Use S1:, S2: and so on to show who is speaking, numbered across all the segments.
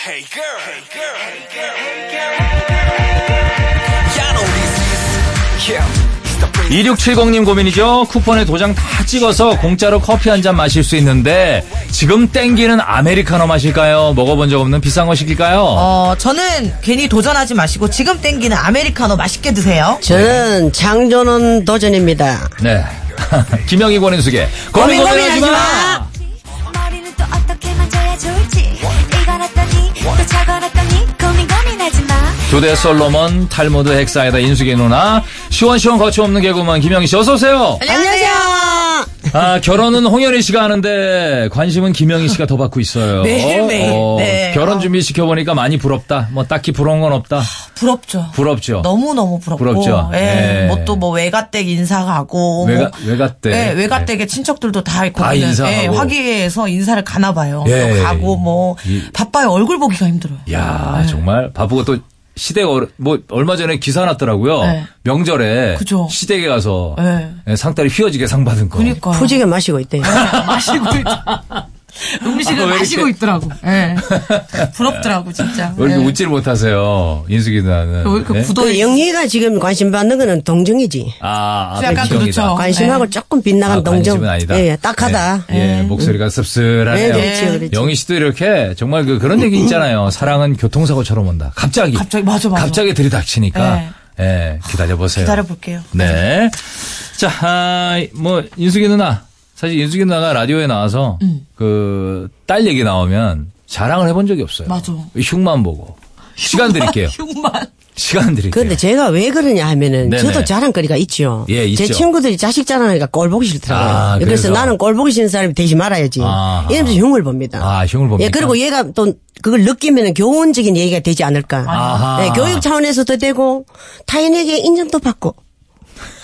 S1: Hey girl, hey girl, hey girl, hey girl.
S2: Yeah, I know this is him. He's the prince.
S3: 2670님 고민이죠. 쿠폰에 도장 다 찍어서 공짜로 커피 한 잔 마실 수 있는데 지금 땡기는 아메리카노 마실까요? 먹어본 적 없는 비싼 거 시킬까요?
S4: 어, 저는 괜히 도전하지 마시고 지금 땡기는 아메리카노 맛있게 드세요.
S5: 저는 장조는 도전입니다.
S3: 네. 김영희 권인숙의 고민
S4: 고민
S3: 고민하지
S4: 고민하지
S3: 마.
S6: 머리는 또 어떻게 만져야 좋을지 이거났더니 또 저거났더니 고민 고민하지마
S3: 두대 솔로몬 탈모드 헥사이다 인숙이 누나 시원시원 거침없는 개구먼 김영희 씨 어서 오세요.
S5: 안녕하세요.
S3: 아, 결혼은 홍현희 씨가 하는데 관심은 김영희 씨가 더 받고 있어요.
S4: 매일매일. 네.
S3: 결혼
S4: 어.
S3: 준비 시켜보니까 많이 부럽다. 뭐 딱히 부러운 건 없다.
S4: 부럽죠.
S3: 부럽죠.
S4: 너무너무 부럽고.
S3: 부럽죠. 예.
S4: 예. 뭐 또 뭐 외가댁 인사하고.
S3: 외가-
S4: 뭐
S3: 외가댁. 네.
S4: 예, 외가댁에 친척들도 다 있고.
S3: 다
S4: 그냥,
S3: 인사하고.
S4: 예, 화기에서 인사를 가나 봐요.
S3: 예.
S4: 또 가고 뭐.
S3: 이-
S4: 바빠요. 얼굴 보기가 힘들어요.
S3: 야
S4: 네.
S3: 정말 바쁘고 또 시댁 어르- 뭐 얼마 전에 기사 났더라고요.
S4: 네.
S3: 명절에
S4: 그죠.
S3: 시댁에 가서
S4: 네.
S3: 예, 상다리 휘어지게 상 받은 거.
S4: 그니까.
S5: 푸지게 마시고 있대요.
S4: 마시고 있 음식을
S3: 아, 왜
S4: 마시고
S3: 이렇게-
S4: 있더라고. 예. 부럽더라고, 진짜.
S3: 왜 이렇게
S4: 예.
S3: 웃질 못하세요, 인숙이 누나는.
S4: 왜 이렇게
S3: 네?
S4: 굳어
S5: 그 영희가 지금 관심 받는 거는 동정이지.
S3: 아, 아,
S4: 약간
S3: 백지영이다.
S4: 그렇죠.
S5: 관심하고
S4: 네.
S5: 조금 빗나간
S3: 아,
S5: 동정.
S3: 관심은 아니다.
S5: 예, 예, 딱하다.
S3: 예, 예, 목소리가 씁쓸하네요.
S5: 네, 그렇지, 그렇지.
S3: 영희 씨도 이렇게 정말 그, 그런 얘기 있잖아요. 사랑은 교통사고처럼 온다. 갑자기.
S4: 갑자기, 맞아, 맞아.
S3: 갑자기 들이닥치니까. 예, 기다려보세요.
S4: 기다려볼게요.
S3: 네. 자, 아, 뭐, 인숙이 누나. 사실 인숙이 누나가 라디오에 나와서 그 딸 얘기 나오면 자랑을 해본 적이 없어요.
S4: 맞아.
S3: 흉만 보고. 시간 드릴게요.
S4: 흉만.
S3: 시간 드릴게요.
S5: 그런데 제가 왜 그러냐 하면은
S3: 네. 네네.
S5: 저도 자랑거리가 있죠.
S3: 예, 있죠.
S5: 제 친구들이 자식 자랑하니까 꼴 보기 싫더라고요.
S3: 아,
S5: 그래서,
S3: 그래서
S5: 나는 꼴 보기 싫은 사람이 되지 말아야지.
S3: 아하.
S5: 이러면서 흉을 봅니다.
S3: 아, 흉을 봅니까?
S5: 예, 그리고 얘가 또 그걸 느끼면은 교훈적인 얘기가 되지 않을까.
S3: 아하.
S5: 예, 교육 차원에서도 되고 타인에게 인정도 받고.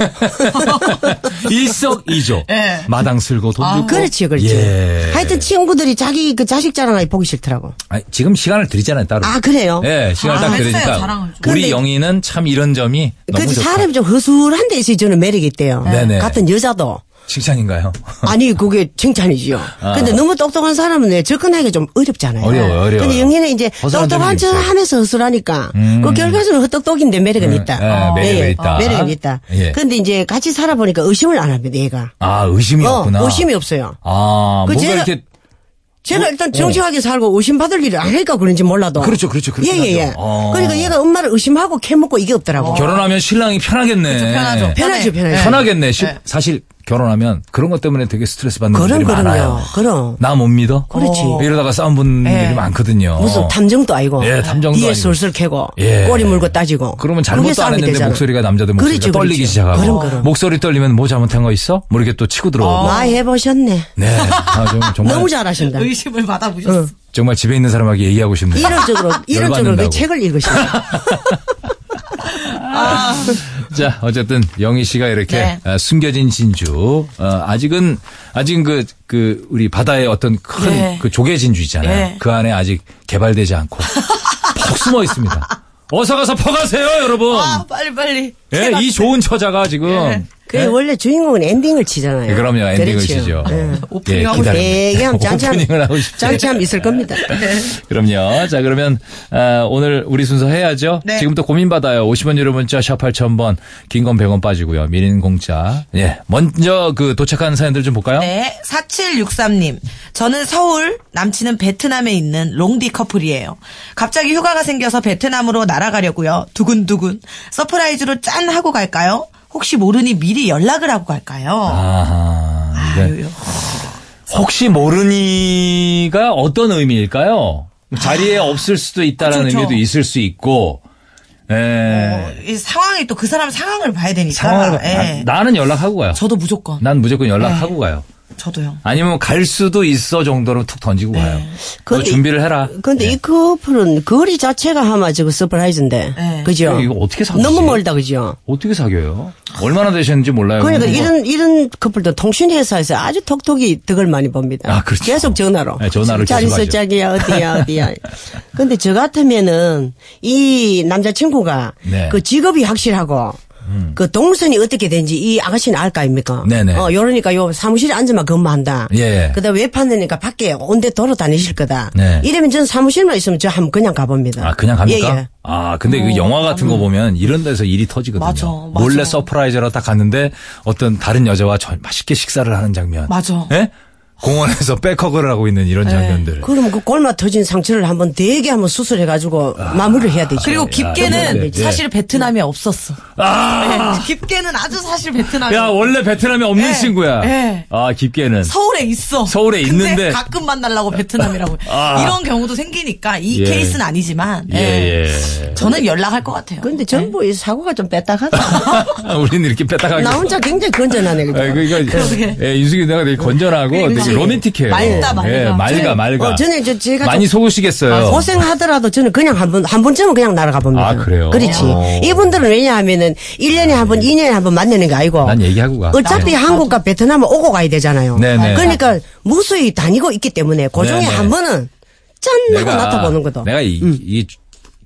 S3: 일석이조. 마당 쓸고 돈 주고.
S5: 그렇지요, 그렇지요.
S3: 어. 예.
S5: 하여튼 친구들이 자기 그 자식 자랑하기 보기 싫더라고.
S3: 아니, 지금 시간을 드리잖아요, 따로.
S5: 아, 그래요?
S3: 예, 시간을
S4: 아,
S3: 딱
S4: 했어요,
S3: 드리니까.
S4: 자랑을 좀.
S3: 우리
S5: 근데-
S3: 영희는 참 이런 점이 너무
S5: 그래서
S3: 좋다.
S5: 사람이 좀 허술한 데 있어요. 저는 매력이 있대요.
S3: 네네.
S5: 같은 여자도.
S3: 칭찬인가요?
S5: 아니 그게 칭찬이지요. 근데 너무 똑똑한 사람은 왜 접근하기가 좀 어렵잖아요.
S3: 아. 어려워요, 어려워요.
S5: 근데 영희는 이제
S3: 허술한 점이
S5: 똑똑한 척
S3: 있어요. 음.
S5: 하면서 허술하니까 그 결과적으로 헛똑똑인데 매력은 있다. 어.
S3: 예, 매력은 있다.
S5: 매력은 있다.
S3: 예.
S5: 근데 이제 같이 살아보니까 의심을 안 합니다. 얘가.
S3: 아, 의심이
S5: 어,
S3: 없구나.
S5: 의심이 없어요.
S3: 아,
S5: 그
S3: 뭔가
S5: 제가-
S3: 이렇게
S5: 제가 일단 정직하게 살고 의심받을 일을 안 하니까 그런지 몰라도.
S3: 뭐, 어. 그렇죠, 그렇죠, 그렇긴
S5: 예, 예, 예.
S3: 하죠. 어.
S5: 그러니까 얘가 엄마를 의심하고 캐먹고 이게 없더라고.
S3: 결혼하면 신랑이 편하겠네. 예.
S4: 편하죠.
S5: 편하죠, 예.
S4: 편해.
S5: 편하죠.
S3: 편하겠네. 시- 사실 결혼하면 그런 것 때문에 되게 스트레스 받는
S5: 그럼,
S3: 분들이
S5: 그럼요.
S3: 많아요.
S5: 그럼.
S3: 나 못 믿어?
S5: 그렇지.
S3: 이러다가 싸운 분들이
S4: 예.
S3: 많거든요.
S5: 무슨 탐정도 아니고
S3: 어. 예, 탐정도
S5: 뒤에
S3: 아니고.
S5: 술술 캐고
S3: 예.
S5: 꼬리 물고 따지고
S3: 그러면
S5: 그게
S3: 잘못도 안
S5: 싸움이
S3: 했는데
S5: 되잖아.
S3: 목소리가 남자들 목소리가
S5: 그렇죠,
S3: 떨리기
S5: 그렇죠.
S3: 시작하고
S5: 그럼, 그럼.
S3: 목소리 떨리면 뭐 잘못한 거 있어? 모르게 또 치고 들어오고
S5: 많이 해보셨네
S3: 네, 아, 좀, 뭐. 정말
S5: 너무 잘하신다
S4: 의심을 받아보셨어.
S3: 정말 집에 있는 사람에게 얘기하고 싶네요.
S5: 이론적으로 이론적으로
S3: 열받는다고.
S5: 그 책을 읽으시네
S3: 자, 어쨌든 영희 씨가 이렇게
S4: 네.
S3: 아, 숨겨진 진주. 어, 아직은 아직은 그, 그 우리 바다의 어떤 큰 그
S4: 예.
S3: 조개 진주 있잖아요.
S4: 예.
S3: 그 안에 아직 개발되지 않고 푹 숨어 있습니다. 어서 가서 퍼가세요, 여러분.
S4: 아, 네. 빨리빨리.
S3: 예, 이 좋은 처자가 지금. 예,
S5: 그게 원래 주인공은 엔딩을 치잖아요
S3: 네? 그럼요, 엔딩을
S5: 그렇죠. 네,
S3: 치죠.
S5: 예.
S4: 오프닝 하고
S3: 기다립니다.
S5: 대기함
S3: 오프닝을 하고
S5: 짱참
S3: 싶죠.
S5: 짱참 있을 겁니다
S4: 네.
S3: 그럼요. 자, 그러면, 아, 오늘 우리 순서 해야죠.
S4: 네.
S3: 지금부터 고민받아요. 50원 유료 문자, 샵 8000번, 긴 건 100원 빠지고요. 미린 공짜. 예. 먼저 그 도착한 사연들 좀 볼까요?
S4: 네, 4763님. 저는 서울, 남친은 베트남에 있는 롱디 커플이에요. 갑자기 휴가가 생겨서 베트남으로 날아가려고요. 두근두근. 서프라이즈로 짠 하고 갈까요? 혹시 모르니 미리 연락을 하고 갈까요?
S3: 아하. 네. 이게
S4: 아유,
S3: 혹시 모르니가 어떤 의미일까요?
S4: 아.
S3: 자리에 없을 수도 있다라는
S4: 그쵸, 그쵸.
S3: 의미도 있을 수 있고, 예.
S4: 이 상황이 또 그 사람 상황을 봐야 되니까.
S3: 상황을, 봐-
S4: 예.
S3: 나, 나는 연락하고 가요.
S4: 저도 예. 무조건.
S3: 난 무조건 연락하고 가요.
S4: 저도요.
S3: 아니면 갈 수도 있어 정도로 툭 던지고
S4: 예.
S3: 가요. 너
S5: 근데-
S3: 준비를 해라.
S5: 근데
S3: 예.
S5: 이 커플은 거리 자체가 아마 저거 서프라이즈인데
S4: 네.
S5: 그죠
S3: 이거 어떻게 사귀지?
S5: 너무 멀다 그죠
S3: 어떻게 사귀어요? 얼마나 되셨는지 몰라요.
S5: 그러니까
S3: 근데 뭐-
S5: 이런 이런 커플도 통신회사에서 아주 톡톡이 덕을 많이 봅니다.
S3: 아, 그렇죠.
S5: 계속 전화로.
S3: 네, 전화로
S5: 잘
S3: 계속
S5: 있어
S3: 하죠.
S5: 자기야 어디야 어디야. 근데 저 같으면은 이 남자친구가
S3: 네. 음.
S5: 그 직업이 확실하고 그 동선이 어떻게 되는지 이 아가씨는 알 거 아닙니까?
S3: 네네.
S5: 어, 요러니까 요 사무실에 앉아만 근무한다.
S3: 예.
S5: 그다음 외판되니까 밖에 온데 돌아다니실 거다.
S3: 네.
S5: 이러면 저는 사무실만 있으면 저 한번 그냥 가봅니다.
S3: 아, 그냥 갑니까?
S5: 예, 음. 예.
S3: 아, 근데 그 영화 같은 거 보면 이런 데서 일이 터지거든요.
S4: 맞아, 맞아.
S3: 몰래 서프라이즈로 딱 갔는데 어떤 다른 여자와 저 맛있게 식사를 하는 장면.
S4: 맞아.
S3: 예? 공원에서 백허그를 하고 있는 이런 장면들.
S5: 예. 그러면 그 골마 터진 상처를 한번 되게 한번 수술해가지고
S3: 아.
S5: 마무리를 해야 되죠.
S4: 그리고
S3: 야, 이건 안
S4: 깊게는
S3: 되지.
S4: 사실 베트남에 없었어.
S3: 아!
S4: 네, 깊게는 아주 사실 베트남에
S3: 야, 원래 베트남에 없는
S4: 예,
S3: 친구야.
S4: 예.
S3: 아, 깊게는.
S4: 서울에 있어.
S3: 서울에
S4: 근데
S3: 있는데.
S4: 가끔 만나려고 베트남이라고.
S3: 아.
S4: 이런 경우도 생기니까 이
S3: 예.
S4: 케이스는 아니지만
S3: 예,
S4: 예.
S3: 예.
S4: 저는 연락할 것 같아요.
S5: 근데 전부 이 사고가 좀 뺐다가다.
S3: 우리는 이렇게 뺐다가.
S5: 나 혼자 굉장히 건전하네. 그죠?
S3: 예, 그러니까
S4: 그러게.
S3: 예, 유승이 내가 되게 건전하고 되게
S5: 그치.
S3: 로맨틱해요.
S5: 맑다,
S4: 맑다.
S3: 예, 맑아,
S5: 저는-
S3: 맑아.
S5: 어, 저는 저- 제가
S3: 많이
S5: 좀-
S3: 속으시겠어요.
S5: 아, 고생하더라도 저는 그냥 한 번, 한 번쯤은 그냥 날아가 봅니다.
S3: 네. 아, 그래요? 어.
S5: 그렇지.
S3: 오.
S5: 이분들은 왜냐하면은 1년에 한 번, 2년에 한 번 만나는 게 아니고.
S3: 난 얘기하고 가. 네.
S5: 어차피 한국과 베트남은 오고 가야 되잖아요.
S3: 네네.
S5: 그러니까 무수히 다니고 있기 때문에 그 중에
S3: 네네.
S5: 한 번은 짠 하고 나타보는 거다.
S3: 내가 이, 이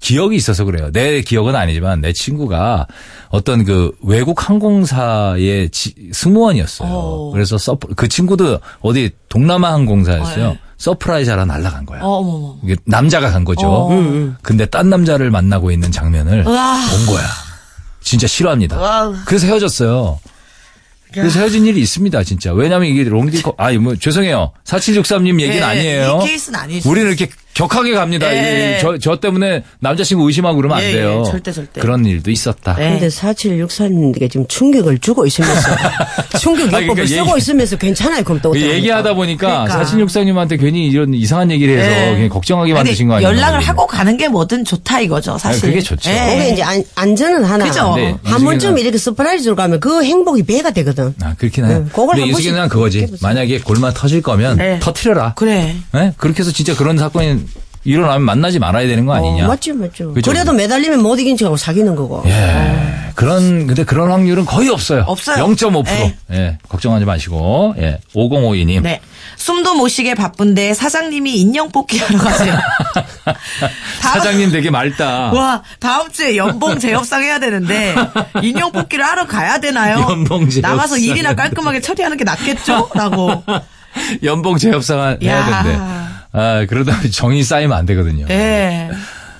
S3: 기억이 있어서 그래요. 내 기억은 아니지만 내 친구가 어떤 그 외국 항공사의 지- 승무원이었어요. 그래서 서프, 그 친구도 어디 동남아 항공사였어요.
S5: 예.
S3: 서프라이즈 하러 날아간 거야.
S4: 어, 어머, 어머.
S3: 이게 남자가 간 거죠.
S5: 어.
S3: 근데 딴 남자를 만나고 있는 장면을 본 거야. 진짜 싫어합니다. 그래서 헤어졌어요. 그래서 헤어진 일이 있습니다, 진짜. 왜냐면 이게 롱디커, 아니, 뭐, 죄송해요. 4763님 얘기는
S4: 예,
S3: 아니에요.
S4: 이 케이스는 아니죠.
S3: 우리는 이렇게 격하게 갑니다.
S4: 예.
S3: 이- 저, 저 때문에 남자친구 의심하고 그러면 안
S4: 예, 예.
S3: 돼요.
S4: 절대, 절대.
S3: 그런 일도 있었다.
S4: 네.
S5: 근데 4764님에게 지금 충격을 주고 있으면서 충격
S3: 아니,
S5: 요법을
S3: 그러니까
S5: 쓰고
S3: 얘기-
S5: 있으면서 괜찮아요. 그럼 또
S3: 이
S5: 어떡합니까?
S3: 얘기하다 보니까
S4: 그러니까.
S3: 사신육사님한테 괜히 이런 이상한 얘기를 해서
S4: 예.
S3: 그냥 걱정하게
S4: 근데
S3: 만드신 거 아니에요?
S4: 연락을 하고 가는 게 뭐든 좋다 이거죠, 사실.
S3: 아니, 그게 좋죠.
S4: 예.
S5: 그게 이제 안, 안전은 하나.
S4: 그죠. 네,
S5: 한
S3: 유승이는-
S5: 번쯤 이렇게 서프라이즈로 가면 그 행복이 배가 되거든.
S3: 아, 그렇긴 해요.
S4: 네,
S5: 응, 그걸
S3: 근데
S5: 한
S3: 인숙이는
S5: 번씩
S3: 그거지.
S5: 해보세요.
S3: 만약에 골마 터질 거면
S4: 예.
S3: 터트려라.
S4: 그래.
S3: 예? 그렇게 해서 진짜 그런 사건이 일어나면 만나지 말아야 되는 거 아니냐.
S5: 어, 맞죠, 맞죠.
S3: 그죠?
S5: 그래도 매달리면 못 이긴 척하고 사귀는 거고.
S3: 예. 그런, 근데 그런 확률은 거의 없어요.
S4: 없어요.
S3: 0.5%.
S4: 예.
S3: 예. 걱정하지 마시고. 예. 5052님.
S4: 네. 숨도 못 쉬게 바쁜데 사장님이 인형 뽑기 하러 가세요. 다음-
S3: 사장님 되게 맑다.
S4: 와, 다음 주에 연봉 재협상 해야 되는데 인형 뽑기를 하러 가야 되나요?
S3: 연봉 재협상.
S4: 나가서 일이나 깔끔하게 처리하는 게 낫겠죠? 라고.
S3: 연봉 재협상을 해야
S4: 야.
S3: 된대. 아, 그러다 보면 정이 쌓이면 안 되거든요.
S4: 예.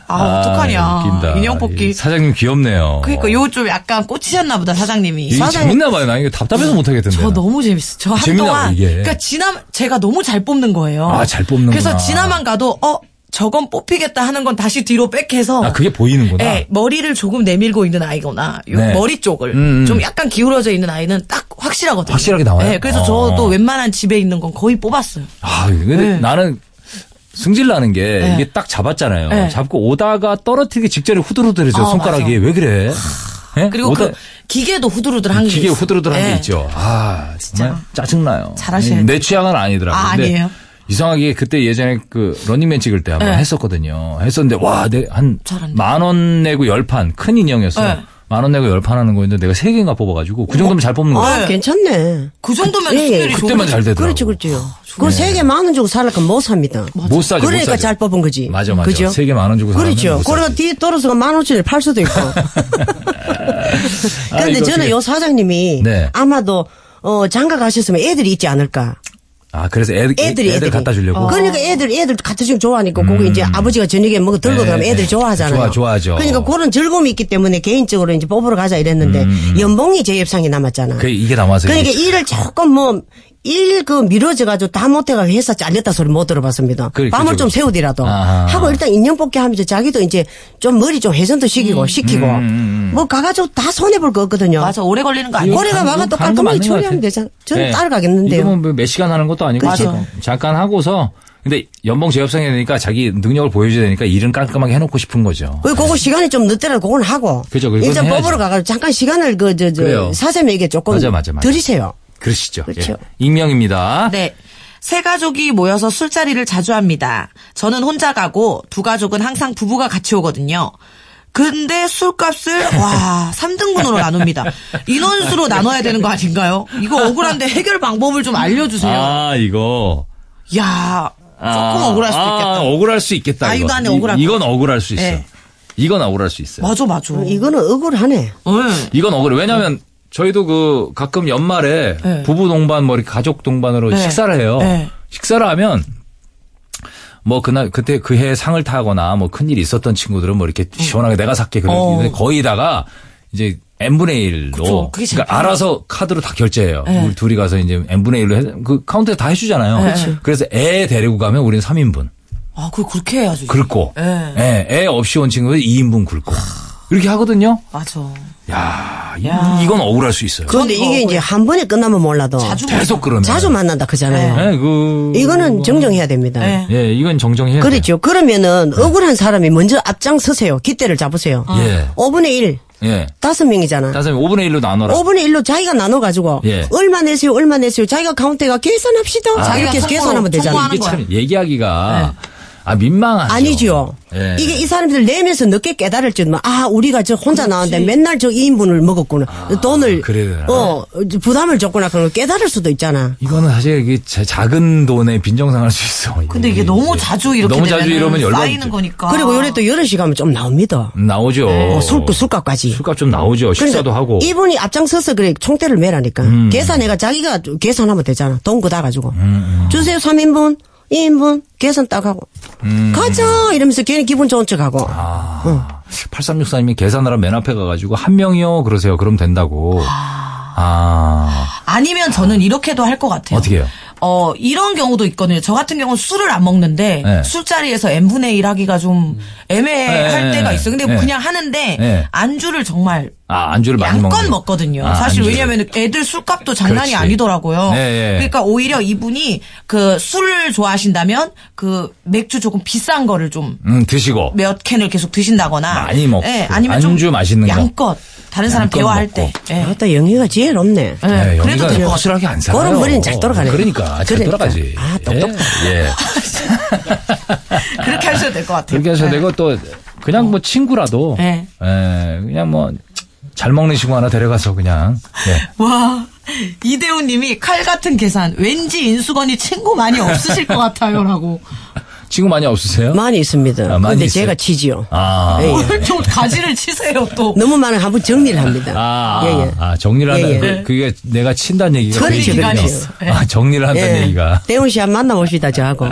S4: 아,
S3: 아,
S4: 어떡하냐.
S3: 웃긴다.
S4: 인형
S3: 이
S4: 뽑기.
S3: 사장님 귀엽네요.
S4: 그러니까 요 좀 약간 꽂히셨나 보다 사장님이. 어,
S3: 이게 재밌나 봐요. 나 이거 답답해서 못 하겠던데.
S4: 저 너무 재밌어. 저
S3: 재밌나 봐,
S4: 한동안
S3: 이게.
S4: 그러니까 지나 제가 너무 잘 뽑는 거예요.
S3: 아, 잘 뽑는구나.
S4: 그래서 지나만 가도 어 저건 뽑히겠다 하는 건 다시 뒤로 백해서
S3: 아, 그게 보이는구나.
S4: 예, 머리를 조금 내밀고 있는 아이거나 요
S3: 네.
S4: 머리 쪽을
S3: 음, 음.
S4: 좀 약간 기울어져 있는 아이는 딱 확실하거든요.
S3: 확실하게 나와요?
S4: 예, 그래서
S3: 어.
S4: 저도 웬만한 집에 있는 건 거의 뽑았어요.
S3: 아, 근데
S4: 네.
S3: 나는 승질 나는 게
S4: 네.
S3: 이게 딱 잡았잖아요.
S4: 네.
S3: 잡고 오다가 떨어뜨리기 직전에 후들후들해져 요
S4: 아,
S3: 손가락이 왜 그래? 예?
S4: 그리고
S3: 오다-
S4: 그 기계도 후들후들한 게
S3: 기계
S4: 있어요.
S3: 후들후들한
S4: 예.
S3: 게 있죠. 아 정말 짜증나요. 네,
S4: 잘하셔야 돼요.
S3: 내 취향은 아니더라고요.
S4: 아,
S3: 근데
S4: 아니에요?
S3: 이상하게 그때 예전에 그 런닝맨 찍을 때 한번
S4: 네.
S3: 했었거든요. 했었는데
S4: 잘한다.
S3: 와내한만 원 내고 열판큰 인형이었어요.
S4: 네.
S3: 만 원 내고 열판 하는 거였는데 내가 세 개인가 뽑아가지고 그 정도면 잘 뽑는 거예요.
S5: 아, 괜찮네.
S4: 그 정도면
S5: 예, 예.
S4: 수율이 좋은 아,
S3: 그때만 잘 되더라고.
S5: 그렇죠, 그렇죠. 그세개 만원 주고 살라면못 삽니다.
S3: 못 사죠. 못
S5: 그러니까
S3: 사죠.
S5: 잘 뽑은 거지.
S3: 맞아, 맞아.
S5: 그죠?
S3: 세개만원 주고 사면
S5: 그렇죠.
S3: 못
S5: 그리고
S3: 사지.
S5: 뒤에 떨어져서 만 원짜리 팔 수도 있고.
S3: 아,
S5: 그러니까 근데
S3: 이거
S5: 저는
S3: 어떻게-
S5: 요 사장님이
S3: 네.
S5: 아마도 어, 장가 가셨으면 애들이 있지 않을까.
S3: 아 그래서 애들
S5: 애들이
S3: 애들 갖다 주려고. 음.
S5: 그러니까 애들 애들 갖다 주면 좋아하니까 그거 이제 아버지가 저녁에 뭐 들고
S3: 네,
S5: 가면 애들
S3: 네.
S5: 좋아하잖아요.
S3: 좋아, 좋아하죠.
S5: 그러니까 그런 즐거움이 있기 때문에 개인적으로 이제 뽑으러 가자 이랬는데 연봉이 재협상이 남았잖아.
S3: 음, 그 이게 남아서
S5: 그러니까
S3: 이게-
S5: 일을 조금 뭐 일 그 미뤄져가지고 다 못해가 회사 잘렸다 소리 못 들어봤습니다.
S3: 그래,
S5: 밤을
S3: 그죠,
S5: 좀
S3: 그죠.
S5: 세우더라도
S3: 아하.
S5: 하고 일단 인형 뽑기 하면서 자기도 이제 좀 머리 좀 회전도
S3: 음,
S5: 시키고 시키고 뭐 가가지고 다 손해 볼 거
S3: 어?
S5: 없거든요.
S4: 맞아 오래 걸리는 거 아니야?
S5: 이거- 꼬리가 막아 또
S3: 가는 거 맞는
S5: 깔끔하게
S3: 것 같아.
S5: 처리하면 되잖아. 저는 따라가겠는데요.
S3: 이거 뭐몇 시간 하는 것도 아니고
S5: 그렇죠.
S3: 지금 잠깐 하고서 근데 연봉 재협상이 되니까 자기 능력을 보여줘야 되니까 일은 깔끔하게 해놓고 싶은 거죠.
S5: 그 그거 시간이 좀 늦더라도 그건 하고.
S3: 그죠, 그건
S5: 일단
S3: 해야지.
S5: 뽑으러 가가지고 잠깐 시간을 그, 저,
S3: 그래요.
S5: 저, 사쌤에게 조금.
S3: 맞아, 맞아, 맞아.
S5: 드리세요.
S3: 그러시죠.
S5: 그렇죠.
S3: 예. 익명입니다.
S4: 네. 세 가족이 모여서 술자리를 자주 합니다. 저는 혼자 가고 두 가족은 항상 부부가 같이 오거든요. 근데 술값을 와 3등분으로 나눕니다. 인원수로 나눠야 되는 거 아닌가요? 이거 억울한데 해결 방법을 좀 알려주세요.
S3: 아 이거
S4: 야 조금
S3: 아,
S4: 억울할 수도
S3: 아, 어.
S4: 있겠다.
S3: 억울할 수 있겠다.
S4: 아, 이거 안에 억울할
S3: 이, 건 억울할 수 있어.
S4: 네.
S3: 이건 억울할 수 있어요.
S4: 맞아, 맞아.
S5: 음, 이거는 억울하네.
S4: 응.
S3: 이건 억울해. 왜냐면 저희도 그 가끔 연말에
S4: 네.
S3: 부부 동반 뭐 이렇게 가족 동반으로
S4: 네.
S3: 식사를 해요.
S4: 네.
S3: 식사를 하면 뭐 그날 그때 그 해에 상을 타거나 뭐 큰일이 있었던 친구들은 뭐 이렇게 시원하게 내가 살게
S4: 음. 어.
S3: 그러는데 거의다가 이제 n분의 1로
S4: 그쵸. 그게 제일 네.
S3: 그러니까 알아서 카드로 다 결제해요. 우리 둘이 가서 이제 n분의 1로 그 카운터에 다 해주잖아요.
S4: 그쵸.
S3: 그래서 애 데리고 가면 우리는 3인분.
S4: 아, 그 그렇게 해야지.
S3: 긁고
S4: 예.
S3: 예, 애 없이 온 친구는 2인분 긁고 이렇게 하거든요.
S4: 맞아.
S3: 음. 야, 이- 이건 억울할 수 있어요.
S5: 그런데
S4: 더
S5: 이게 이제 한 번에 끝나면 몰라도
S4: 뭐 자주
S3: 계속 그러면
S5: 자주 만난다 그잖아요.
S3: 예, 그
S5: 이거는 정정해야 됩니다.
S4: 네.
S3: 예, 이건 정정해야 돼요.
S5: 그렇죠. 그러면은 억울한 사람이 먼저 앞장서세요. 깃대를 잡으세요.
S3: 네.
S4: 어.
S3: 예.
S5: 5분의 1.
S3: 예.
S5: 다섯 명이잖아.
S3: 다섯 명 5분의 1로 나눠라.
S5: 5분의 1로 자기가 나눠가지고
S3: 예. 아.
S5: 얼마 내세요 얼마 내세요 자기가 카운트해가 계산합시다
S4: 자기가
S5: 이렇게
S4: 통보로
S5: 계산하면 되잖아
S4: 통보하는 네.
S3: 이게 참 얘기하기가 아 민망하죠.
S5: 아니지요
S3: 예.
S5: 이게 이 사람들 내면서 늦게 깨달을 줄만 아 우리가 저 혼자 나왔는데 맨날 저 2인분을 먹었구나 돈을
S3: 아, 그래야 되나?
S5: 어 부담을 줬구나 그런 걸 깨달을 수도 있잖아
S3: 이거는 사실 이게 자- 작은 돈에 빈정상할 수 있어.
S4: 근데 이게
S3: 이게
S4: 너무
S3: 이제.
S4: 자주 이렇게
S3: 음, 네. 너무 자주
S4: 되면은
S3: 이러면 열받
S4: 쌓이는 거니까. 네.
S5: 그리고 요래 또 여럿이 가면 좀 나옵니다
S3: 아. 나오죠.
S5: 어, 술값 술값까지 그러니까
S3: 술값 좀 나오죠.
S4: 그러니까
S3: 식사도 하고. 음.
S5: 이분이 앞장서서 그래 총대를 매라니까 계산해가 자기가 계산하면 되잖아 돈 그다 가지고
S3: 음.
S5: 주세요 3인분 2인분 계산 딱 하고
S3: 음.
S5: 가자 이러면서 괜히 기분 좋은 척하고
S3: 아. 8364님이 계산하라 맨 앞에 가가지고 한 명이요 그러세요. 그럼 된다고. 아,
S4: 아니면 저는 이렇게도 할 것 같아요.
S3: 어떻게 해요?
S4: 어, 이런 경우도 있거든요. 저 같은 경우는 술을 안 먹는데
S3: 네.
S4: 술자리에서 n분의 1 하기가 좀 애매할
S3: 네,
S4: 때가
S3: 네,
S4: 있어요. 근데
S3: 네.
S4: 그냥 하는데
S3: 네.
S4: 안주를 정말
S3: 아 안주를 많이 먹는.
S4: 양껏 먹거든요.
S3: 아,
S4: 사실
S3: 안주를.
S4: 왜냐면 애들 술값도 장난이
S3: 그렇지.
S4: 아니더라고요.
S3: 네, 네.
S4: 그러니까 오히려 이분이 그 술을 좋아하신다면 그 맥주 조금 비싼 거를 좀
S3: 음 드시고.
S4: 몇 캔을 계속 드신다거나
S3: 많이 먹고,
S4: 예, 아니면 좀
S3: 안주 맛있는 거.
S4: 양껏 다른 사람
S3: 양껏
S4: 대화할
S3: 먹고.
S4: 때 예.
S5: 아따 영희가 지혜롭네
S4: 예,
S3: 네,
S4: 그래도
S3: 여기가
S4: 될 것 같아요.
S3: 확실하게 안 살아요.
S5: 그런 머리는 잘 돌아가네.
S3: 그러니까 잘
S5: 그러니까.
S3: 돌아가지.
S5: 아, 똑똑하다.
S3: 예. 예.
S4: 그렇게 하셔도 될 것 같아요.
S3: 그렇게 해서
S4: 예.
S3: 되고 또 그냥 뭐 친구라도
S4: 네.
S3: 예, 그냥 뭐 잘 먹는 친구 하나 데려가서 그냥 예.
S4: 와 이대훈님이 칼 같은 계산 왠지 인수건이 친구 많이 없으실 것 같아요라고
S3: 친구 많이 없으세요?
S5: 많이 있습니다
S3: 아, 많이
S5: 근데
S3: 있어요?
S5: 제가 치지요
S3: 아.
S5: 예, 예.
S4: 오늘 좀 가지를 치세요 또
S5: 너무 많은 한번 정리를
S3: 아,
S5: 합니다
S3: 아,
S5: 예, 예.
S3: 아, 정리를
S5: 예,
S3: 한다.
S5: 예.
S3: 그, 그게 내가 친다는 얘기가
S5: 처리
S3: 되게
S5: 기간이
S3: 있거든요.
S4: 있어. 예.
S3: 아, 정리를 한다는
S5: 예.
S3: 얘기가. 아.
S5: 대훈 씨 한번 만나봅시다 저하고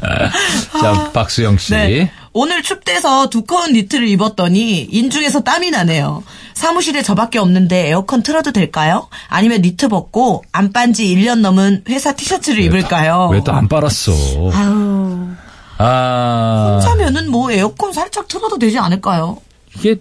S3: 자, 박수영 씨.
S4: 네. 오늘 춥대서 두꺼운 니트를 입었더니 인중에서 땀이 나네요. 사무실에 저밖에 없는데 에어컨 틀어도 될까요? 아니면 니트 벗고 안 빤 지 1년 넘은 회사 티셔츠를 입을까요?
S3: 왜 또 안 빨았어?
S4: 아유.
S3: 아.
S4: 혼자면은 뭐 에어컨 살짝 틀어도 되지 않을까요?
S3: 이게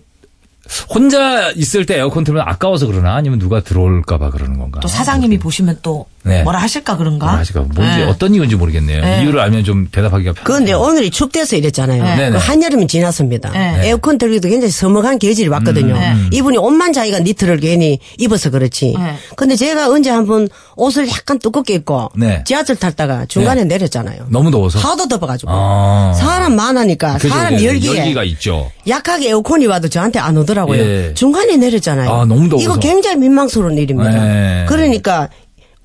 S3: 혼자 있을 때 에어컨 틀면 아까워서 그러나 아니면 누가 들어올까봐 그러는 건가?
S4: 또 사장님이 보시면 또
S3: 네.
S4: 뭐라 하실까 그런가?
S3: 뭐라 하실까? 뭔지
S4: 네.
S3: 어떤 이유인지 모르겠네요.
S4: 네.
S3: 이유를 알면 좀 대답하기가 편.
S5: 그런데 오늘이 춥대서 이랬잖아요.
S3: 네.
S5: 그 한여름이 지났습니다.
S4: 네.
S5: 에어컨 들기도 굉장히 서먹한 계절이 왔거든요.
S3: 음,
S5: 이분이 옷만 자기가 니트를 괜히 입어서 그렇지.
S4: 네.
S5: 근데 제가 언제 한번 옷을 약간 두껍게 입고
S3: 네.
S5: 지하철 탔다가 중간에 내렸잖아요.
S3: 너무 더워서.
S5: 하도 덥어가지고.
S3: 아.
S5: 사람 많으니까
S3: 그죠,
S5: 사람
S3: 그죠.
S5: 열기에
S3: 열기가 있죠.
S5: 약하게 에어컨이 와도 저한테 안 오더라고요.
S3: 예.
S5: 중간에 내렸잖아요.
S3: 아, 너무 더워서.
S5: 이거 굉장히 민망스러운 일입니다.
S3: 예.
S5: 그러니까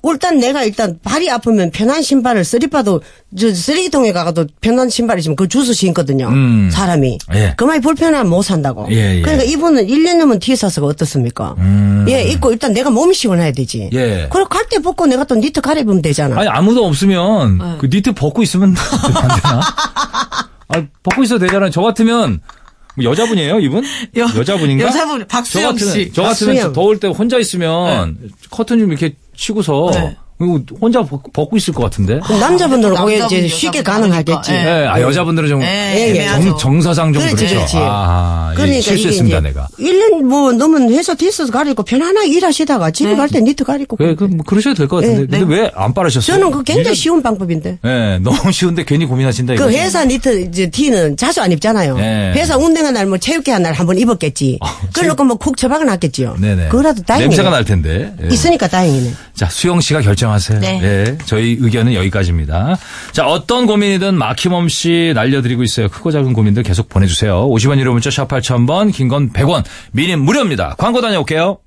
S5: 일단 내가 일단 발이 아프면 편한 신발을 쓰리빠도 저 쓰레기통에 가가도 편한 신발이지만 그걸 주워 신거든요.
S3: 음.
S5: 사람이.
S3: 예.
S5: 그만이 불편하면 못 산다고.
S3: 예, 예.
S5: 그러니까 이분은 1년 넘은 뒤에 사서가 어떻습니까? 예, 입고 일단 내가 몸이 시원해야 되지.
S3: 예.
S5: 그리고 갈 때 벗고 내가 또 니트 갈아입으면 되잖아.
S3: 아니 아무도 없으면
S4: 네.
S3: 그 니트 벗고 있으면 안 되나? 아 벗고 있어도 되잖아요. 저 같으면 뭐 여자분이에요, 이분?
S4: 여-
S3: 자분인가
S4: 여자분, 박수영 씨.
S3: 저 같으면
S5: 박수영.
S3: 더울 때 혼자 있으면 커튼 좀 이렇게 치고서
S4: 네.
S3: 그리고 혼자 벗- 벗고 있을 것 같은데.
S5: 그럼 남자분들은
S4: 아,
S5: 그게
S4: 남자분,
S5: 이제 쉽게
S4: 여자분
S5: 가능하겠지.
S4: 다르니까.
S3: 예, 아, 여자분들은 좀
S4: 예,
S5: 그 예,
S3: 정,
S4: 맞아.
S3: 정서상 좀
S5: 그렇지,
S3: 그렇죠.
S5: 그렇지. 그러니까
S3: 아, 아, 예, 실수했습니다, 내가.
S5: 1년 뭐 넘은 회사 뒤에서 가리고 편안하게 일하시다가 집에 갈 때 니트 가리고.
S3: 네. 그, 그, 뭐 그러셔도 될 것 같은데.
S5: 예.
S3: 근데 왜 안 빠르셨어요?
S5: 저는 그 굉장히
S3: 이런-
S5: 쉬운 방법인데.
S3: 예, 너무 쉬운데 괜히 고민하신다, 이거.
S5: 그 회사 니트 이제 티는 자주 안 입잖아요.
S3: 네. 아,
S5: 회사 운동한 날 뭐 체육회 한 날 한 번 입었겠지. 그래놓고 뭐쿡 처박아 놨겠지요.
S3: 네네.
S5: 그거라도 다행이네.
S3: 냄새가 날 텐데. 예.
S5: 있으니까 다행이네.
S3: 자, 수영 씨가 결정하세요.
S4: 네.
S3: 예, 저희 의견은 여기까지입니다. 자, 어떤 고민이든 막힘없이 날려드리고 있어요. 크고 작은 고민들 계속 보내주세요. 50원 유료 문자 샵 8000번, 긴 건 100원, 미니 무료입니다. 광고 다녀올게요.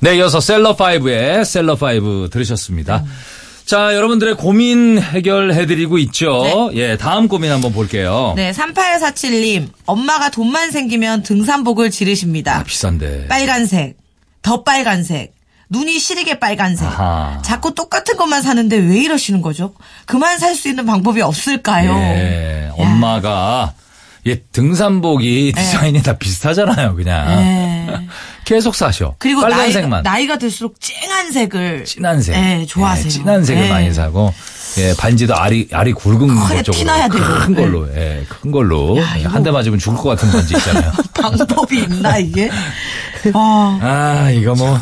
S6: E
S3: 네, 이어서 셀러5의 셀러5 들으셨습니다. 자, 여러분들의 고민 해결해드리고 있죠. 예, 다음 고민 한번 볼게요.
S4: 네, 38447님. 엄마가 돈만 생기면 등산복을 지르십니다.
S3: 아, 비싼데.
S4: 빨간색, 더 빨간색, 눈이 시리게 빨간색.
S3: 아하.
S4: 자꾸 똑같은 것만 사는데 왜 이러시는 거죠? 그만 살 수 있는 방법이 없을까요?
S3: 예,
S4: 야. 네.
S3: 엄마가 예, 등산복이 디자인이 다 비슷하잖아요, 그냥.
S4: 예.
S3: 계속 사셔.
S4: 그리고
S3: 빨간색만.
S4: 나이, 가 들수록 쨍한 색을
S3: 진한 색.
S4: 예, 좋아하세요.
S3: 예, 진한 색을
S4: 예.
S3: 많이 사고. 예, 반지도 알이 알이 굵은
S4: 크게
S3: 것 쪽으로
S4: 티나야 되고.
S3: 큰
S4: 네.
S3: 걸로. 예, 큰 걸로.
S4: 야,
S3: 예,
S4: 이거-
S3: 한 대 맞으면 죽을 것 같은 반지 있잖아요.
S4: 방법이 있나 이게? 아,
S3: 아, 이거 뭐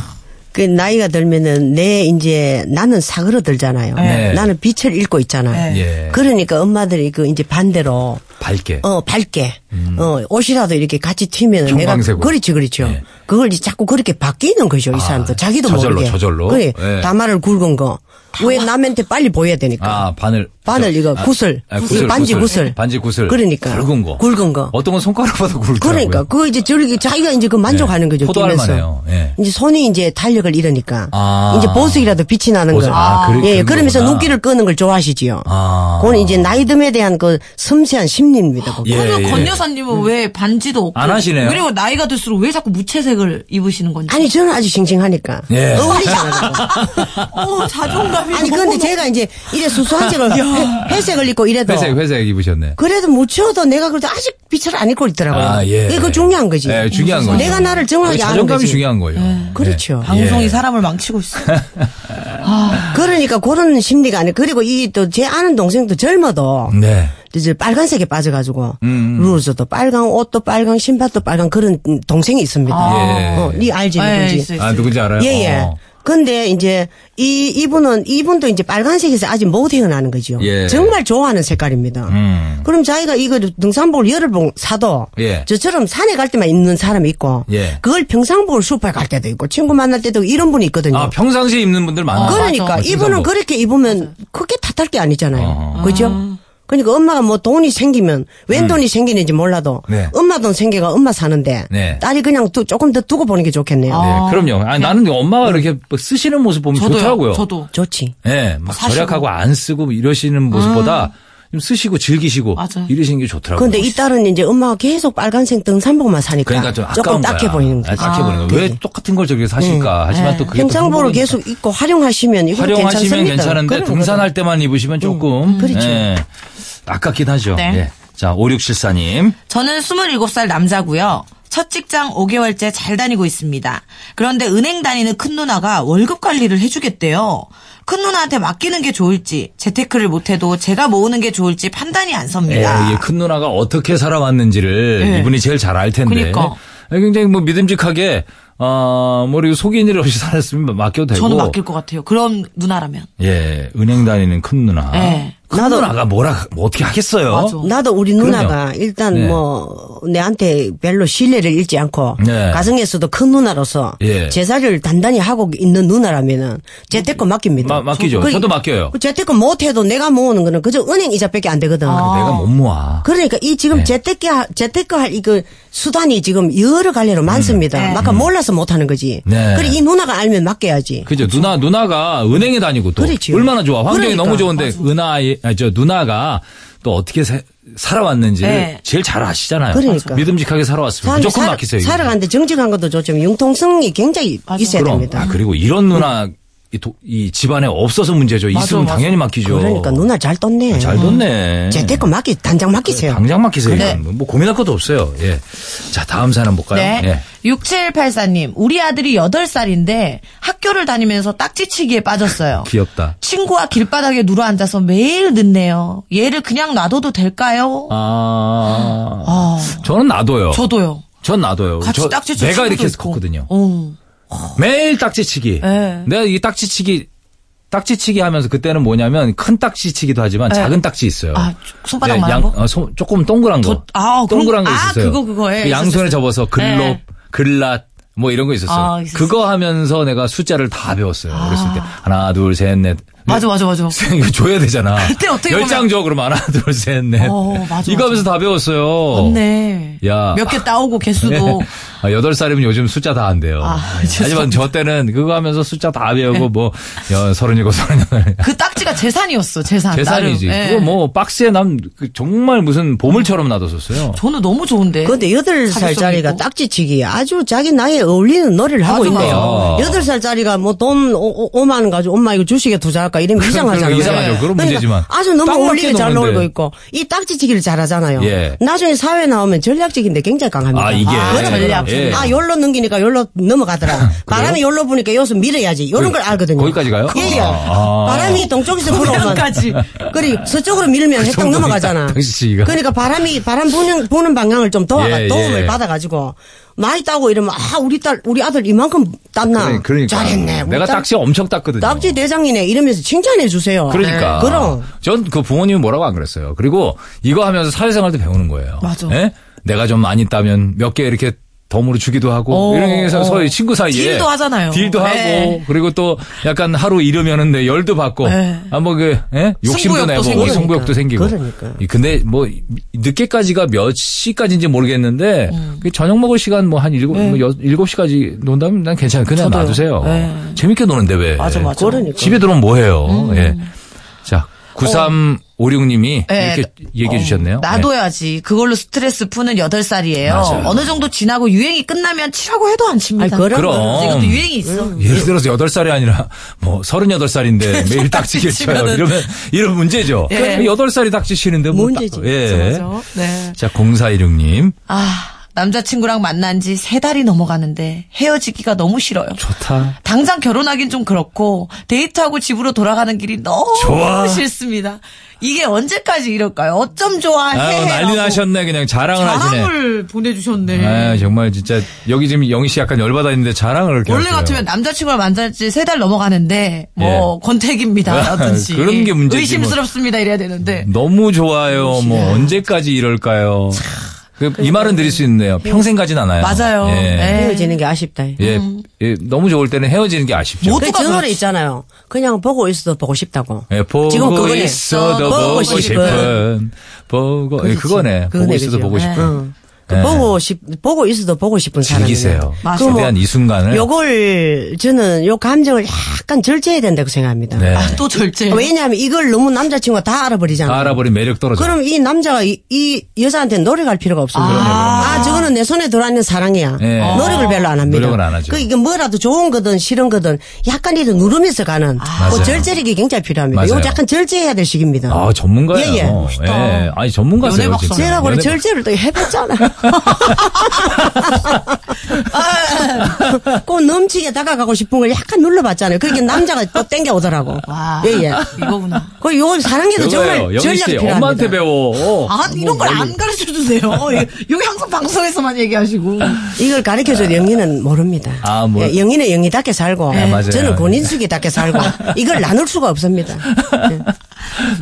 S5: 그 나이가 들면은 내 이제 나는 사그러들잖아요.
S3: 네.
S5: 나는 빛을 잃고 있잖아요.
S3: 네. 예.
S5: 그러니까 엄마들이 그 이제 반대로
S3: 밝게.
S5: 어 밝게 어 옷이라도 이렇게 같이 튀면은 내가
S3: 형광색으로.
S5: 그렇지 그렇죠.
S3: 예. 아,
S5: 그걸 이제 자꾸 그렇게 바뀌는 거죠 이 사람도 자기도
S3: 저절로,
S5: 모르게.
S3: 저절로.
S5: 그래
S3: 예.
S5: 다마를 굵은 거 왜 남한테 빨리 보여야 되니까.
S3: 아, 바늘.
S5: 그러니까 바늘 이거
S3: 아,
S5: 구슬.
S3: 아,
S5: 구슬, 반지 구슬.
S3: 반지 구슬.
S5: 그러니까.
S3: 굵은 거.
S5: 굵은 거.
S3: 어떤 건 손가락보다 굵고.
S5: 그러니까 그거 이제 저렇게 자기가 이제 그 만족하는
S3: 예.
S5: 거죠.
S3: 포도알
S5: 끼면서.
S3: 마네요. 예.
S5: 이제 손이 이제 탄력을 잃으니까
S3: 아.
S5: 이제 보석이라도 빛이 나는
S3: 보석.
S5: 거.
S3: 아, 그래-
S5: 예,
S3: 그런
S5: 그러면서
S3: 거구나.
S5: 눈길을 끄는 걸 좋아하시지요.
S3: 아.
S5: 그건 이제 나이듦에 대한 그 섬세한 심리입니다. 그거.
S3: 예,
S4: 그러면
S3: 예.
S4: 권 여사님은 왜 반지도 없고
S3: 안 하시네요.
S4: 그리고 나이가 들수록 왜 자꾸 무채색을 입으시는 건지.
S5: 아니 저는 아주 싱싱하니까
S3: 예.
S5: 어울리잖아요.
S4: 어, 자존감이
S5: 아니
S4: 너무
S5: 근데 제가 이제 이래 수수한 색을 회- 회색을 입고 이래도
S3: 회색 회색 입으셨네.
S5: 그래도 묻혀도 내가 그래도 아직 빛을 안 입고 있더라고요.
S3: 아, 예.
S5: 그게 그 중요한 거지.
S3: 예, 중요한 거죠. 그렇죠.
S5: 내가 나를 정확히 아는
S3: 자존감이
S5: 거지.
S3: 중요한 거예요. 예.
S5: 그렇죠.
S4: 방송이
S3: 예.
S4: 사람을 망치고 있어.
S5: 그러니까 그런 심리가 아니. 그리고 이 또 제 아는 동생도 젊어도
S3: 네.
S5: 이제 빨간색에 빠져가지고
S3: 음,
S5: 루즈도 빨강 옷도 빨강 신발도 빨강 그런 동생이 있습니다.
S3: 예.
S5: 어, 네 알지 누군지.
S4: 있어, 있어.
S3: 아, 누군지 알아요?
S5: 예예.
S3: 어.
S5: 근데 이제 이 이분은 이분도 이제 빨간색에서 아직 못 헤어나는 거죠.
S3: 예.
S5: 정말 좋아하는 색깔입니다.
S3: 음.
S5: 그럼 자기가 이거 등산복을 열흘 봉 사도
S3: 예.
S5: 저처럼 산에 갈 때만 입는 사람이 있고
S3: 예.
S5: 그걸 평상복을 슈퍼에 갈 때도 있고 친구 만날 때도 있고 이런 분이 있거든요.
S3: 아, 평상시에 입는 분들 많아요.
S5: 그러니까
S3: 아,
S5: 이분은
S3: 등산복.
S5: 그렇게 입으면 크게 탓할 게 아니잖아요.
S3: 어허. 음.
S5: 그죠? 그러니까 엄마가 뭐 돈이 생기면 웬 돈이 생기는지 몰라도
S3: 네.
S5: 엄마 돈 생겨가 엄마 사는데
S3: 네.
S5: 딸이 그냥 두, 조금 더 두고 보는 게 좋겠네요.
S3: 네, 그럼요. 아니, 나는 엄마가 이렇게 뭐 쓰시는 모습 보면
S4: 네. 저도요.
S3: 좋더라고요.
S4: 저도.
S5: 좋지.
S3: 예, 막
S4: 사시고.
S3: 절약하고 안 쓰고 뭐 이러시는 모습보다 좀 쓰시고 즐기시고
S4: 아. 맞아요.
S3: 이러시는 게 좋더라고요.
S5: 그런데 이 딸은 이제 엄마가 계속 빨간색 등산복만 사니까
S3: 그러니까 좀
S5: 조금
S3: 아까운
S5: 딱해
S3: 거야.
S5: 보이는 거죠.
S3: 아, 딱해 보이는 거야.
S5: 그게.
S3: 왜 똑같은 걸 저기 사실까? 하지만 또 그게 또
S5: 평상복을
S3: 행복이니까.
S5: 네. 계속 입고 활용하시면 이거
S3: 활용하시면
S5: 괜찮습니다.
S3: 괜찮은데
S5: 그런
S3: 등산할
S5: 거죠.
S3: 때만 입으시면 조금
S5: 그렇죠.
S3: 예, 아깝긴 하죠.
S4: 네.
S3: 예. 자, 5674님.
S4: 저는 27살 남자고요. 첫 직장 5개월째 잘 다니고 있습니다. 그런데 은행 다니는 큰 누나가 월급 관리를 해주겠대요. 큰 누나한테 맡기는 게 좋을지 재테크를 못해도 제가 모으는 게 좋을지 판단이 안
S3: 예,
S4: 섭니다.
S3: 이큰 누나가 어떻게 살아왔는지를
S5: 네.
S4: 예.
S3: 이분이 제일 잘 알 텐데.
S4: 그니까.
S3: 예, 굉장히 뭐 믿음직하게 어, 뭐 속인 일 없이 살았으면 맡겨도 되고.
S4: 저는 맡길 것 같아요. 그런 누나라면.
S3: 예, 은행 다니는 큰 누나.
S5: 네.
S4: 예.
S3: 큰 누나가 뭐라 뭐 어떻게 하겠어요?
S4: 맞아.
S5: 나도 우리
S3: 그럼요.
S5: 누나가 일단
S3: 네.
S5: 뭐 내한테 별로 신뢰를 잃지 않고
S3: 네.
S5: 가정에서도 큰 누나로서
S3: 예.
S5: 제사를 단단히 하고 있는 누나라면은 재테크 맡깁니다.
S3: 마- 맡기죠.
S5: 그-
S3: 저도 맡겨요.
S5: 그 재테크 못해도 내가 모으는 거는 그저 은행 이자밖에 안 되거든.
S3: 내가 못 모아.
S5: 그러니까 이 지금
S3: 네.
S5: 재테크 하- 재테크 할 이 그 수단이 지금 여러 갈래로 많습니다. 막 아까 몰라서 못하는 거지.
S3: 음. 네.
S5: 그래 이 누나가 알면 맡겨야지.
S3: 그죠. 누나, 누나가 은행에 다니고 또.
S5: 그렇지요.
S3: 얼마나 좋아. 환경이
S5: 그러니까.
S3: 너무 좋은데, 은하의, 아니, 저, 누나가 또 어떻게 사- 살아왔는지를
S4: 네.
S3: 제일 잘 아시잖아요.
S5: 그러니까.
S3: 믿음직하게 살아왔으면
S5: 사람이
S3: 무조건
S5: 살-
S3: 맡기세요. 이거.
S5: 살아가는데 정직한 것도 좋지만 융통성이 굉장히 있어야
S3: 그럼.
S5: 됩니다. 네.
S3: 아, 그리고 이런 누나, 이, 도- 이 집안에 없어서 문제죠. 있으면
S4: 맞아.
S3: 당연히 맡기죠.
S5: 그러니까 누나 잘 떴네.
S3: 아, 잘 뒀네.
S5: 재테크 맡기 단장 맡기세요. 네.
S3: 당장 맡기세요.
S4: 그래.
S3: 이건. 뭐 고민할 것도 없어요. 예. 자, 다음 사람 볼까요?
S4: 네.
S3: 예.
S4: 6784님, 우리 아들이 8살인데 학교를 다니면서 딱지치기에 빠졌어요.
S3: 귀엽다. 아.
S4: 친구와 길바닥에 누워 앉아서 매일 늦네요. 얘를 그냥 놔둬도 될까요?
S3: 아,
S4: 아,
S3: 저는 놔둬요.
S4: 저도요.
S3: 전 놔둬요.
S4: 같이
S3: 저-
S4: 딱지치
S3: 내가
S4: 친구도
S3: 이렇게 해서
S4: 있고.
S3: 컸거든요.
S4: 어.
S3: 매일 딱지치기.
S4: 예.
S3: 내가 이 딱지치기 딱지치기 하면서 그때는 뭐냐면 큰 딱지치기도 하지만 작은 딱지 있어요.
S4: 아, 손바닥
S3: 예,
S4: 말한 거?
S3: 어, 손- 조금 동그란 거.
S4: 더- 아, 그런-
S3: 동그란 거
S4: 아,
S3: 있었어요.
S4: 그거, 그거, 예,
S3: 그 양손에
S4: 있었어요.
S3: 접어서 글롭,
S4: 예.
S3: 글랏 뭐 이런 거 있었어요.
S4: 아, 있었어요. 아.
S3: 그거 하면서 내가 숫자를 다 배웠어요. 어렸을 때 하나, 둘, 셋, 넷.
S4: 맞아, 맞아, 맞아.
S3: 쌤 이거 줘야 되잖아.
S4: 그때 어떻게 보면-
S3: 열장 줘 그럼 하나 둘 셋 넷.
S4: 어, 맞아,
S3: 이거
S4: 맞아.
S3: 하면서 다 배웠어요.
S4: 맞네.
S3: 야.
S4: 몇 개 따오고 개수도.
S3: 아, 8살이면 요즘 숫자 다 안 돼요.
S4: 뭐.
S3: 네.
S4: 아,
S3: 하지만
S4: 죄송합니다.
S3: 저 때는 그거 하면서 숫자 다 배우고 뭐, 여, 37, 38.
S4: 그 딱지가 재산이었어, 재산.
S3: 재산이지.
S4: 나름. 예.
S3: 그거 뭐 박스에 남그 정말 무슨 보물처럼 놔뒀었어요.
S4: 네. 저는 너무
S3: 네.
S4: 좋은데.
S5: 그런데 여덟
S4: 사기성이
S5: 살짜리가
S4: 있고.
S5: 딱지치기 아주 자기 나이에 어울리는 놀이를 하고
S4: 맞아,
S5: 있네요.
S3: 맞아.
S5: 여덟 살짜리가 뭐 돈 5만 원 가지고 엄마 이거 주식에 투자할까 이러면 이상하잖아요. 그러니까
S3: 그럼 이상하죠. 그런 문제지만.
S5: 아주 너무
S3: 딱 맞게
S5: 어울리게 잘
S3: 노는데.
S5: 놀고 있고 이 딱지치기를 잘하잖아요.
S3: 예.
S5: 나중에 사회 나오면 전략적인데 굉장히 강합니다.
S3: 아, 이게.
S4: 아, 전략.
S3: 예.
S5: 아, 열로 넘기니까 열로 넘어가더라. 바람이 열로 부니까 여기서 밀어야지. 이런 걸 알거든요.
S3: 그 거기까지 가요?
S5: 예, 예.
S3: 아.
S5: 바람이 동쪽에서 불어오면.
S4: 거기까지.
S5: 그리 서쪽으로 밀면 해당
S3: 정도니까,
S5: 넘어가잖아.
S3: 당시치기가.
S5: 그러니까 바람이, 바람 부는, 부는 방향을 좀 도와가,
S3: 예,
S5: 도움을
S3: 예.
S5: 받아가지고. 많이 따고 이러면, 아, 우리 딸, 우리 아들 이만큼 땄나.
S3: 그러니까.
S5: 잘했네. 우리
S3: 내가
S4: 뭐
S5: 딸-
S3: 딱지 엄청 땄거든요.
S5: 딱지 대장이네. 이러면서 칭찬해주세요.
S4: 그렇죠.
S5: 네.
S3: 그러니까.
S4: 네,
S5: 그럼.
S3: 전 그 부모님이 뭐라고 안 그랬어요. 그리고 이거 하면서 사회생활도 배우는 거예요.
S4: 맞아.
S3: 예? 내가 좀 많이 따면 몇 개 이렇게 덤으로 주기도 하고
S4: 어,
S3: 이런 해서
S4: 어.
S3: 서로 친구 사이에
S4: 딜도 하잖아요.
S3: 딜도
S4: 네.
S3: 하고 그리고 또 약간 하루 이르면은 내 열도 받고
S4: 네.
S3: 한번 그 예? 욕심도
S4: 승부욕도
S3: 내고
S4: 생기고.
S3: 성부욕도 생기고.
S5: 그러니까.
S3: 이 근데 뭐 늦게까지가 몇 시까지인지 모르겠는데
S4: 음.
S3: 그 저녁 먹을 시간 뭐 한 일곱 뭐 여- 일곱 시까지 논다면 난 괜찮아. 그냥
S4: 네. 저도요.
S3: 놔두세요.
S4: 네.
S3: 재밌게 노는데 왜?
S4: 맞아, 맞아. 음.
S5: 그러니까.
S3: 집에 들어오면 뭐해요? 예. 자, 9356님이
S4: 어. 예.
S3: 이렇게 얘기해
S4: 어,
S3: 주셨네요. 예.
S4: 놔둬야지. 그걸로 스트레스 푸는 여덟 살이에요
S3: 맞아요.
S4: 어느 정도 지나고 유행이 끝나면 치라고 해도 안 칩니다.
S5: 아이, 음. 그럼.
S3: 그럼.
S4: 이것도 유행이 있어.
S3: 예를 들어서 8살이 아니라 뭐 38살인데 매일 딱지게 쳐요.
S4: 치면은.
S3: 이러면 이런 문제죠.
S4: 그렇죠.
S3: 그러니까
S4: 예.
S3: 8살이 딱지치는데 뭐 딱-
S5: 문제지.
S3: 예.
S4: 맞아. 네.
S3: 자, 0416님.
S4: 아, 남자친구랑 만난 지 세 달이 넘어가는데 헤어지기가 너무 싫어요.
S3: 좋다.
S4: 당장 결혼하긴 좀 그렇고 데이트하고 집으로 돌아가는 길이 너무
S3: 좋아.
S4: 싫습니다. 이게 언제까지 이럴까요? 어쩜 좋아?
S3: 아유,
S4: 해해
S3: 난리 나셨네. 그냥 자랑을 하시네.
S4: 자랑을 보내주셨네.
S3: 아 정말 진짜 여기 지금 영희 씨 약간 열받아 있는데 자랑을 이렇게
S4: 원래
S3: 하세요.
S4: 같으면 남자친구를 만난 지 세 달 넘어가는데 뭐 권태기입니다 라든지
S3: 예. 그런 게 문제지, 뭐.
S4: 의심스럽습니다 이래야 되는데
S3: 너무 좋아요.
S4: 네.
S3: 뭐 언제까지 이럴까요? 그, 이 말은 드릴 수 있네요. 평생 가진 않아요.
S4: 맞아요.
S3: 예.
S4: 네.
S5: 헤어지는 게 아쉽다.
S3: 예,
S5: 음.
S3: 예, 너무 좋을 때는 헤어지는 게 아쉽죠.
S4: 못-
S5: 그
S4: 모두가
S5: 저 노래
S4: 그렇지.
S5: 있잖아요. 그냥 보고 있어도 보고 싶다고.
S3: 예, 보고
S5: 지금 그거네.
S3: 있어도
S5: 보고
S3: 보고
S5: 싶은.
S3: 싶은, 보고 예, 그거네.
S5: 그거네,
S3: 보고 있어도
S5: 그죠?
S3: 보고 싶은.
S5: 응. 그
S3: 예.
S5: 보고 싶, 보고 있어도 보고 싶은 사람.
S3: 즐기세요.
S4: 맞아요.
S5: 뭐
S3: 최대한 이 순간을.
S5: 요걸, 저는 요 감정을 약간 절제해야 된다고 생각합니다.
S3: 네.
S4: 아, 또 절제
S5: 왜냐하면 이걸 너무 남자친구가 다 알아버리잖아요.
S3: 다 알아버린 매력 떨어져.
S5: 그럼 이 남자가 이, 이 여자한테 노력할 필요가 없습니다. 아, 저거는 내 손에 들어앉는 사랑이야.
S3: 예.
S5: 노력을 별로 안 합니다.
S3: 노력을 안 하죠.
S5: 그 이게 뭐라도 좋은 거든 싫은 거든 약간이라도 누르면서 가는 그
S3: 맞아요.
S5: 절제력이 굉장히 필요합니다.
S3: 맞아요.
S5: 이거 약간 절제해야 될 시기입니다.
S3: 아, 전문가예요.
S5: 예, 예.
S4: 멋있다.
S3: 예. 아니, 전문가세요.
S4: 연애
S3: 진짜.
S4: 박사.
S5: 제가 우리
S3: 연애-
S5: 절제를 또 해봤잖아. 아, 꼭 넘치게 다가가고 싶은 걸 약간 눌러봤잖아요. 그러니까 남자가 또 땡겨오더라고.
S4: 와
S5: 예, 예.
S4: 이거구나
S5: 그 요건 사랑에도 정말
S3: 배워요. 영희
S5: 전략이
S3: 씨,
S5: 필요합니다.
S3: 엄마한테 배워. 어, 뭐,
S4: 아 이런 걸 안 가르쳐 주세요 여기 항상 방송에서만 얘기하시고
S5: 이걸 가르쳐줘도 영희는 모릅니다.
S3: 아, 뭐.
S5: 예, 영희는 영희답게 살고,
S3: 아, 맞아요.
S5: 저는 본인숙이답게 살고, 이걸 나눌 수가 없습니다.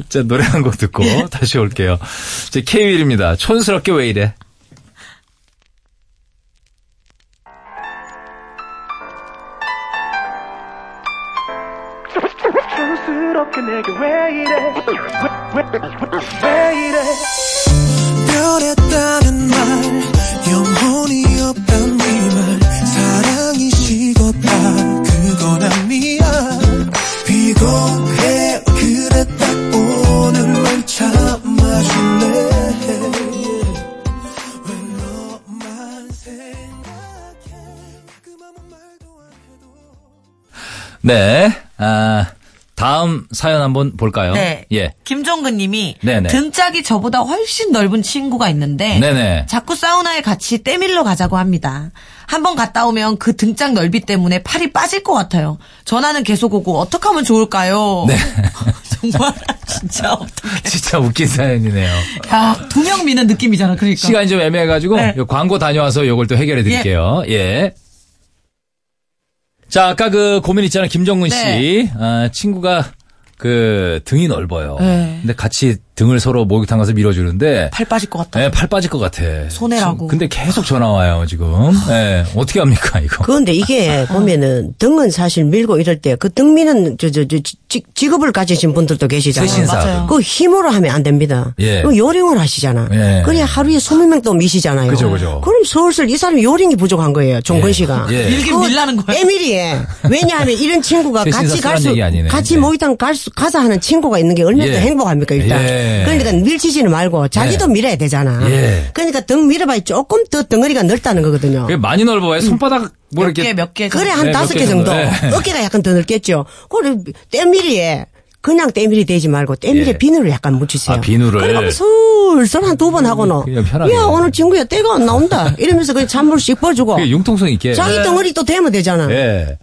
S3: 자, 노래 한 곡 듣고
S5: 예.
S3: 다시 올게요. 제 K1입니다. 촌스럽게 왜 이래?
S1: 촌스럽게 내게 왜 이래 왜, 왜, 왜 이래
S7: 별했다는 말 영혼이 없단 네말 사랑이 식었다 그건 아니야 비겁해 그랬다 오늘만 참아줄래 왜 너만 생각해 가끔 아무 말도 안 해도
S3: 네. 아, 다음 사연 한번 볼까요?
S4: 네.
S3: 예.
S4: 김종근 님이
S3: 네네.
S4: 등짝이 저보다 훨씬 넓은 친구가 있는데
S3: 네네.
S4: 자꾸 사우나에 같이 때밀러 가자고 합니다. 한번 갔다 오면 그 등짝 넓이 때문에 팔이 빠질 것 같아요. 전화는 계속 오고 어떻게 하면 좋을까요?
S3: 네.
S4: 정말 진짜 어떡해.
S3: 진짜 웃긴 사연이네요.
S4: 야, 두 명 미는 느낌이잖아. 그러니까.
S3: 시간이 좀 애매해가지고
S4: 네.
S3: 요 광고 다녀와서 요걸 또 해결해 드릴게요. 예. 자, 아까 그 고민 있잖아요. 김정근 씨.
S4: 네.
S3: 아, 친구가 그 등이 넓어요.
S4: 네.
S3: 근데 같이 등을 서로 목욕탕 가서 밀어주는데
S4: 팔 빠질 것 같다.
S3: 예, 팔 빠질 것 같아.
S4: 손해라고.
S3: 지금 근데 계속 전화 와요 지금. 예, 어떻게 합니까 이거?
S5: 그런데 이게 보면은 등은 사실 밀고 이럴 때 그 등 미는 저, 저, 저, 지- 직업을 가지신 분들도 계시잖아요.
S3: 세신사.
S4: 맞아요.
S5: 그 힘으로 하면 안 됩니다.
S3: 예.
S5: 그럼 요령을 하시잖아.
S3: 예.
S5: 그래야 하루에 20명도 미시잖아요.
S3: 그죠, 그죠.
S5: 럼 슬슬 이 사람이 요령이 부족한 거예요. 종건 씨가.
S3: 예.
S4: 밀긴
S5: 그거
S4: 밀라는 거예요.
S5: 때밀이에. 왜냐하면 이런 친구가
S3: 세신사
S5: 같이 갈
S3: 그 쓰라는
S5: 수,
S3: 얘기 아니네.
S5: 같이
S3: 네.
S5: 모이당 갈 수, 가서 하는 친구가 있는 게 얼마나
S3: 예.
S5: 행복합니까, 일단.
S3: 예.
S5: 그러니까 밀치지는 말고 자기도
S3: 예.
S5: 밀어야 되잖아.
S3: 예.
S5: 그러니까 등 밀어봐야 조금 더 덩어리가 넓다는 거거든요.
S3: 그게 많이 넓어요. 손바닥 뭐
S4: 몇
S3: 이렇게
S4: 개, 몇 개.
S5: 그래
S3: 네,
S5: 한 다섯
S3: 몇개
S5: 개 정도.
S3: 정도. 네.
S5: 어깨가 약간 더 넓겠죠. 그걸 때밀이에 그냥 때밀이 되지 말고 때밀이에
S3: 예.
S5: 비누를 약간 묻히세요.
S3: 아, 비누를.
S5: 그럼 술술 한 두 번 하고는
S3: 그냥 편하게.
S5: 야 오늘 친구야 때가 안 나온다 이러면서 그냥 찬물 씻어주고
S3: 그게 융통성 있게.
S5: 자기 덩어리 또 대면 되잖아.
S3: 예.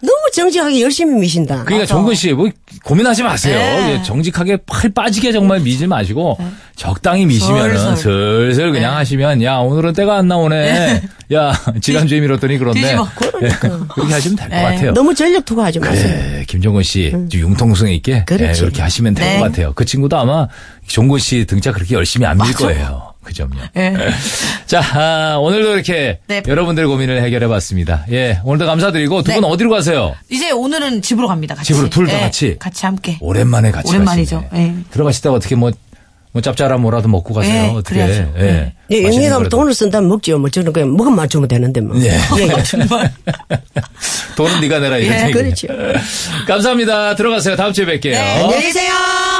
S5: 너무 정직하게 열심히 미신다.
S3: 그러니까 종근 씨, 뭐 고민하지 마세요.
S4: 네.
S3: 예, 정직하게 팔 빠지게 정말 미지 마시고 적당히 미시면은
S4: 슬슬.
S3: 슬슬
S4: 네.
S3: 그냥 하시면 야 오늘은 때가 안 나오네. 야 지난주에 미뤘더니 그런데
S4: 뒤집어.
S3: 예, 그렇게 하시면 될 것
S4: 네. 음.
S3: 같아요.
S5: 너무 전력 투구하지 마세요.
S3: 예, 김종건 씨 좀 융통성 있게 예,
S5: 그렇지.
S3: 이렇게 하시면 될 것
S4: 네.
S3: 같아요. 그 친구도 아마 종건 씨 등짝 그렇게 열심히 안 밀 거예요. 그 점요.
S4: 예.
S3: 자 아, 오늘도 이렇게
S4: 네.
S3: 여러분들 고민을 해결해봤습니다. 예 오늘도 감사드리고 두 분
S4: 네.
S3: 어디로 가세요?
S4: 이제 오늘은 집으로 갑니다. 같이.
S3: 집으로 둘다
S4: 예,
S3: 같이?
S4: 같이 함께.
S3: 오랜만에 같이
S4: 오랜만이죠.
S3: 가시네.
S4: 예.
S3: 들어가시다가 어떻게 뭐, 뭐 짭짤한 뭐라도 먹고 가세요.
S4: 예,
S3: 어떻게.
S4: 그래야죠.
S3: 예.
S5: 예,
S3: 맛있는
S5: 영예가
S3: 거라도.
S5: 돈을 쓴다면 먹지요. 뭐 저는 그냥 먹은 만 주면 되는데 뭐.
S3: 예.
S5: 예.
S3: 돈은 네가 내라 이런
S4: 예,
S3: 얘기.
S5: 그렇죠.
S3: 감사합니다. 들어가세요. 다음 주에 뵐게요.
S4: 네, 안녕히 계세요.